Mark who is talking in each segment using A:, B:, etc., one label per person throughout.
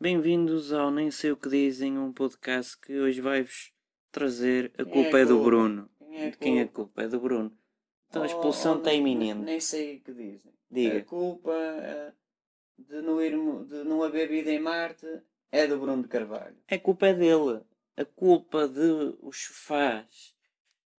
A: Bem-vindos ao Nem Sei O Que Dizem, um podcast que hoje vai-vos trazer A Culpa é, do
B: culpa?
A: Bruno.
B: Quem é
A: De quem é a
B: culpa?
A: culpa? É do Bruno. Então a
B: Ou-
A: expulsão
B: ou
A: está
B: nem-
A: iminente.
B: Nem sei o que dizem.
A: Diga.
B: A culpa eh, de não, irmo- de não haver vida em Marte é do Bruno de Carvalho.
A: A culpa é dele. A culpa de os sofás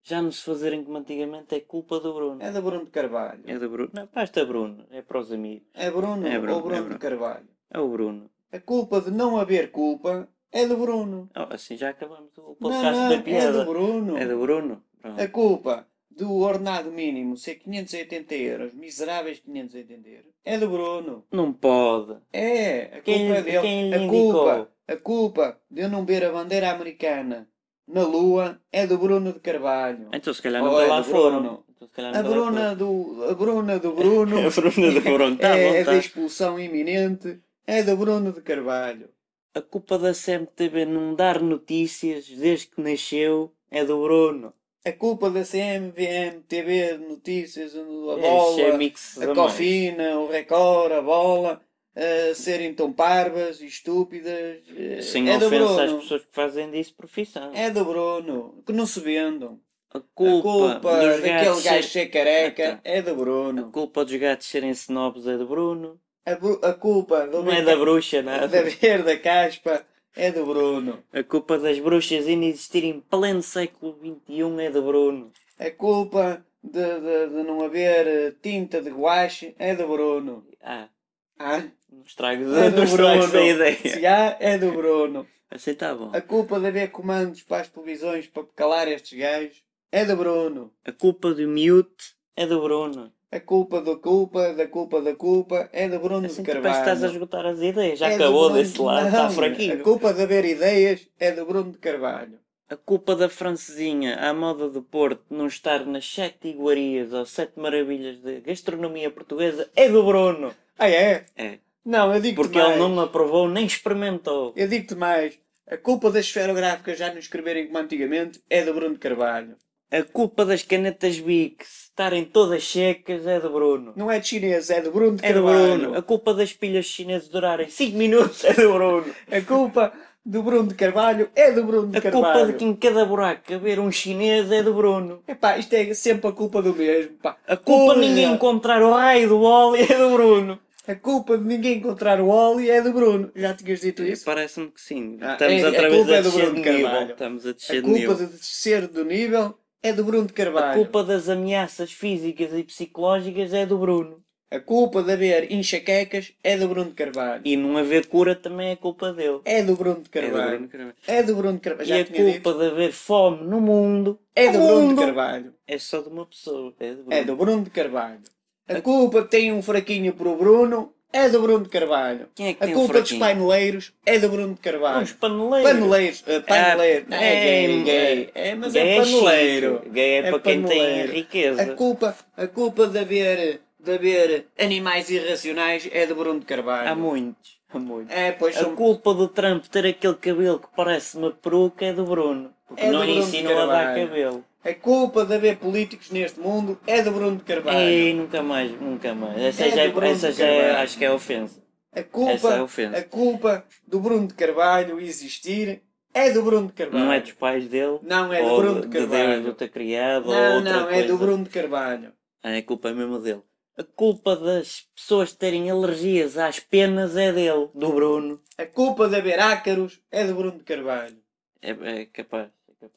A: já não se fazerem como antigamente é culpa do Bruno.
B: É do Bruno de Carvalho.
A: É do Bruno. Não, basta Bruno. É para os amigos.
B: É Bruno,
A: É Bruno,
B: ou Bruno,
A: é Bruno.
B: de Carvalho?
A: É o Bruno.
B: A culpa de não haver culpa é do Bruno.
A: Oh, assim já acabamos o
B: Não,
A: podcast
B: não,
A: da
B: é
A: piada.
B: do Bruno.
A: É do Bruno? Pronto.
B: A culpa do ordenado mínimo ser 580 euros, miseráveis 580 euros, é do Bruno.
A: Não pode.
B: É, a culpa
A: Quem-
B: é dele.
A: quem lhe
B: a, culpa,
A: indicou?
B: a culpa de eu não ver a bandeira americana na lua é do Bruno de Carvalho.
A: Então se calhar
B: Ou
A: nunca
B: é
A: lá
B: do
A: foram.
B: Bruno.
A: Então, se calhar
B: A
A: nunca lá foram.
B: Bruna do, a Bruna do Bruno
A: A Bruna do Bruno. Tá bom,
B: é
A: tá.
B: da expulsão iminente, é do Bruno de Carvalho.
A: A culpa da CMTV não dar notícias desde que nasceu é do Bruno.
B: A culpa da CMVM, TV, notícias, a bola,
A: Esse é mix
B: a
A: da
B: cofina, o Record, a bola, a serem tão parvas e estúpidas. eh,
A: mãe. Sem
B: é do
A: ofensa às
B: Bruno.
A: pessoas que fazem disso profissão.
B: É do Bruno. Que não se vendam.
A: A culpa,
B: a culpa
A: dos gatos
B: daquele gajo
A: ser-
B: ser careca
A: Eita.
B: é do
A: A
B: Bruno.
A: culpa dos gatos serem snobs é do Bruno.
B: A, bru- a culpa do
A: Não é da bruxa
B: da
A: nada.
B: verde caspa é do Bruno.
A: A culpa das bruxas ainda existirem em pleno século XXI é do Bruno.
B: A culpa de, de- de não haver eh, tinta de guache é do Bruno.
A: Ah,
B: Ah,
A: não estragues,
B: é do
A: não estragues a
B: Bruno.
A: ideia.
B: Se há, é do Bruno.
A: Assim tá bom.
B: A culpa de haver comandos para as televisões para calar estes gajos é do Bruno.
A: A culpa do mute é do Bruno.
B: A culpa da culpa, da culpa da culpa é do Bruno
A: Assim
B: de
A: tu parece que
B: Carvalho.
A: estás a esgotar as ideias. Já
B: É do
A: acabou
B: Bruno-
A: desse lado, está
B: Não,
A: fraquinho.
B: A culpa de haver ideias é do Bruno de Carvalho.
A: A culpa da francesinha à moda do Porto não estar nas sete iguarias ou sete maravilhas da gastronomia portuguesa é do Bruno.
B: Ah, é?
A: É. um
B: Não, eu digo-te
A: Porque
B: mais.
A: ele não aprovou nem experimentou.
B: Eu digo-te mais. A culpa das esferográficas já não escreverem como antigamente é do Bruno de Carvalho.
A: A culpa das canetas Bic estarem todas secas é do Bruno.
B: Não é de chinês, é do Bruno de
A: É do
B: Carvalho.
A: Bruno. A culpa das pilhas chinesas durarem 5 minutos é do Bruno.
B: A culpa do Bruno de Carvalho é do Bruno de
A: A
B: Carvalho.
A: culpa de que em cada buraco caber um chinês é do Bruno.
B: Epá, isto é sempre a culpa do mesmo. Pá.
A: A culpa
B: Porra!
A: de ninguém encontrar o raio do óleo é do Bruno.
B: A culpa de ninguém encontrar o óleo é do Bruno. Já tinhas dito isso?
A: Parece-me que sim.
B: Ah,
A: Estamos
B: é- a
A: outra vez
B: culpa
A: a
B: é do
A: descer de
B: Bruno
A: nível.
B: Carvalho.
A: Estamos a
B: A
A: descer de
B: culpa
A: nível.
B: de descer do nível é do Bruno de
A: A
B: Carvalho.
A: culpa das ameaças físicas e psicológicas é do Bruno.
B: A culpa de haver enxaquecas é do Bruno de Carvalho.
A: E não haver cura também é culpa dele.
B: É do Bruno de
A: É do Bruno
B: Carvalho.
A: Carvalho.
B: É do Bruno de Carvalho.
A: E
B: Já
A: a
B: tinha dito.
A: culpa de haver fome no mundo
B: É do Bruno de
A: mundo.
B: Carvalho.
A: É só de uma pessoa. É do Bruno.
B: É do Bruno de Carvalho. A culpa que tem um fraquinho para o Bruno é do Bruno de Carvalho.
A: Quem é que
B: a
A: tem um
B: culpa dos
A: fraquinho?
B: paineleiros é do Bruno de Carvalho.
A: Uns paneleiros.
B: Paneleiros, eh,
A: Ah,
B: paneleiro. Não é gay, gay. É, mas é
A: chique.
B: paneleiro.
A: Gay é, para quem tem
B: paneleiro.
A: riqueza.
B: A culpa, a culpa de haver, de haver animais irracionais é do Bruno de Carvalho.
A: Há muitos. Há muitos.
B: É, pois
A: A
B: são...
A: culpa do Trump ter aquele cabelo que parece uma peruca é do Bruno. Porque
B: É do
A: não lhe
B: Bruno
A: ensinou a dar
B: Carvalho.
A: cabelo.
B: a culpa de haver políticos neste mundo é do Bruno de Carvalho.
A: Ei, nunca mais, nunca mais. Essa,
B: É
A: já, é-
B: do Bruno
A: essa já é-
B: Carvalho.
A: acho que é ofensa. Essa é
B: A
A: a
B: culpa,
A: ofensa.
B: a culpa do Bruno de Carvalho existir é do Bruno de Carvalho.
A: Não é dos pais dele.
B: Não, é do
A: ou
B: Bruno de Carvalho.
A: Deus, do ter criado, ou
B: Não,
A: outra
B: não, é
A: coisa.
B: do Bruno de Carvalho.
A: Ah, É culpa mesmo dele. A culpa das pessoas terem alergias às penas é dele, do Bruno.
B: A culpa de haver ácaros é do Bruno de Carvalho.
A: É, é capaz.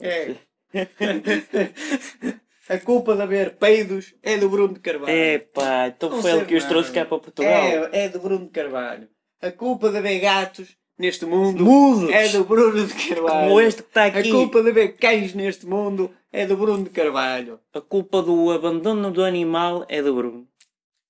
A: É. capaz.
B: É. A culpa de haver peidos é do Bruno de Carvalho.
A: Epá, então
B: Não
A: foi
B: sei
A: ele que os
B: mais.
A: trouxe cá para Portugal.
B: É, é do Bruno de Carvalho. A culpa de haver gatos neste mundo
A: Mudos.
B: é do Bruno de Carvalho.
A: Como este que está aqui.
B: A culpa de haver cães neste mundo é do Bruno de Carvalho.
A: A culpa do abandono do animal é do Bruno.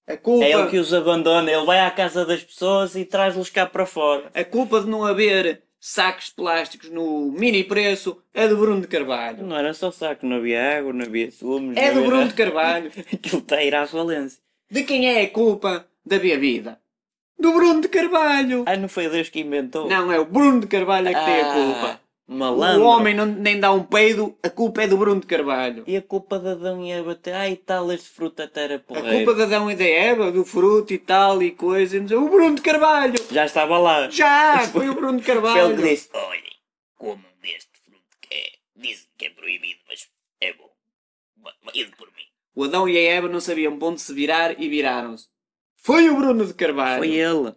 B: A culpa,
A: É ele que os abandona. Ele vai à casa das pessoas e traz-los cá para fora.
B: a culpa de não haver sacos de plásticos no mini preço é do Bruno de Carvalho.
A: Não era só saco, não havia água, não havia sumos.
B: É
A: não
B: do
A: havia
B: Bruno de
A: nada.
B: Carvalho.
A: Aquilo está a ir à falência.
B: De quem é a culpa da minha vida? Do Bruno de Carvalho.
A: Ah, não foi Deus que inventou?
B: Não, é o Bruno de Carvalho é que tem a
A: Ah,
B: culpa.
A: Malandro.
B: O homem não- nem dá um peido, a culpa é do Bruno de Carvalho.
A: E a culpa da Adão e Eva ter. Ai, tal, este fruto até era
B: A
A: porreiro.
B: culpa da Adão e da Eva, do fruto e tal e coisa, e não sei- o Bruno de Carvalho!
A: Já estava lá.
B: Já! Foi o Bruno de
A: Foi ele
B: Carvalho!
A: que disse. "Oh,
C: Olhem, comam deste fruto que é. Dizem que é proibido, mas é bom. Ba- ba- Ido por mim.
B: O Adão e a Eva não sabiam para onde se virar e viraram-se. Foi o Bruno de Carvalho!
A: Foi ele.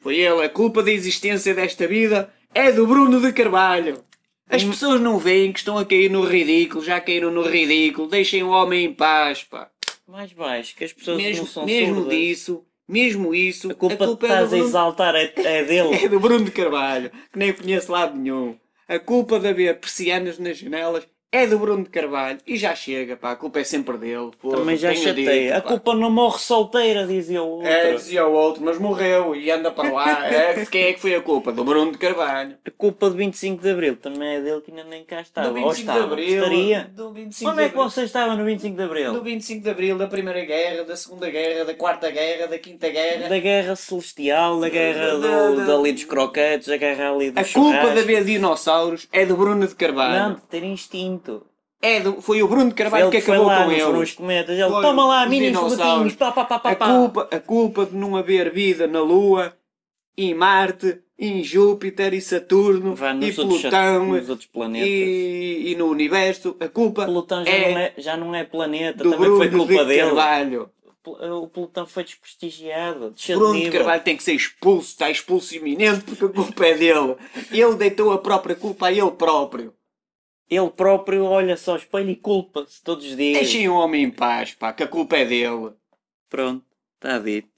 B: Foi ele, a culpa da existência desta vida é do Bruno de Carvalho.
A: Hum.
B: As pessoas não veem que estão a cair no ridículo, já caíram no ridículo, deixem o homem em paz, pá.
A: Mais baixo, que as pessoas não
B: Mesmo,
A: são
B: mesmo
A: surdas.
B: disso, mesmo isso,
A: A culpa, que
B: é, do
A: estás a
B: Bruno,
A: exaltar é, é dele.
B: é do Bruno de Carvalho, que nem conheço lado nenhum. A culpa de haver persianas nas janelas é do Bruno de Carvalho. E já chega, pá, a culpa é sempre dele. porra,
A: Também já
B: tenho
A: chateia.
B: dito,
A: A
B: pá.
A: culpa não morre solteira, dizia o outro.
B: É, dizia o outro, mas morreu e anda para lá. É, de quem é que foi a culpa? Do Bruno de Carvalho.
A: A culpa do 25 de Abril também é dele que ainda nem cá estava.
B: do
A: Ou
B: 25
A: estava.
B: de Abril.
A: Estaria.
B: Do 25
A: Quando
B: de
A: é que
B: Abril.
A: vocês estavam no 25 de Abril?
B: Do 25 de Abril, da Primeira Guerra, da Segunda Guerra, da Quarta Guerra, da Quinta Guerra.
A: Da guerra celestial, da guerra
B: Da-
A: do,
B: da-
A: dali dos croquetes, da guerra ali
B: A
A: dos
B: culpa de
A: churrascos.
B: haver dinossauros é do Bruno de Carvalho.
A: Não, de ter instinto.
B: É do, foi o Bruno de
A: Foi
B: Carvalho
A: ele
B: que
A: que foi
B: acabou
A: lá,
B: com
A: não foram
B: ele.
A: os cometas. Ele,
B: Foi
A: toma lá,
B: os
A: mini
B: dinossauros.
A: foguetinhos, pá, pá, pá, pá,
B: A
A: pá.
B: culpa, a culpa de não haver vida na Lua, em Marte, em Júpiter e Saturno
A: Vá,
B: e
A: nos, outros,
B: Plutão é-
A: nos outros planetas.
B: e, e no Universo. A culpa
A: Plutão já,
B: é
A: não é, já não é planeta,
B: do
A: também
B: Bruno
A: foi culpa
B: de
A: dele.
B: Carvalho.
A: Pl- eh, O Plutão foi desprestigiado, desceu de
B: Bruno de
A: nível.
B: Carvalho tem que ser expulso, está expulso iminente porque a culpa é dele. Ele deitou a própria culpa a ele próprio.
A: Ele próprio olha só ao espelho e culpa-se todos os dias.
B: Deixem o homem em paz, pá, que a culpa é dele.
A: Pronto, está dito.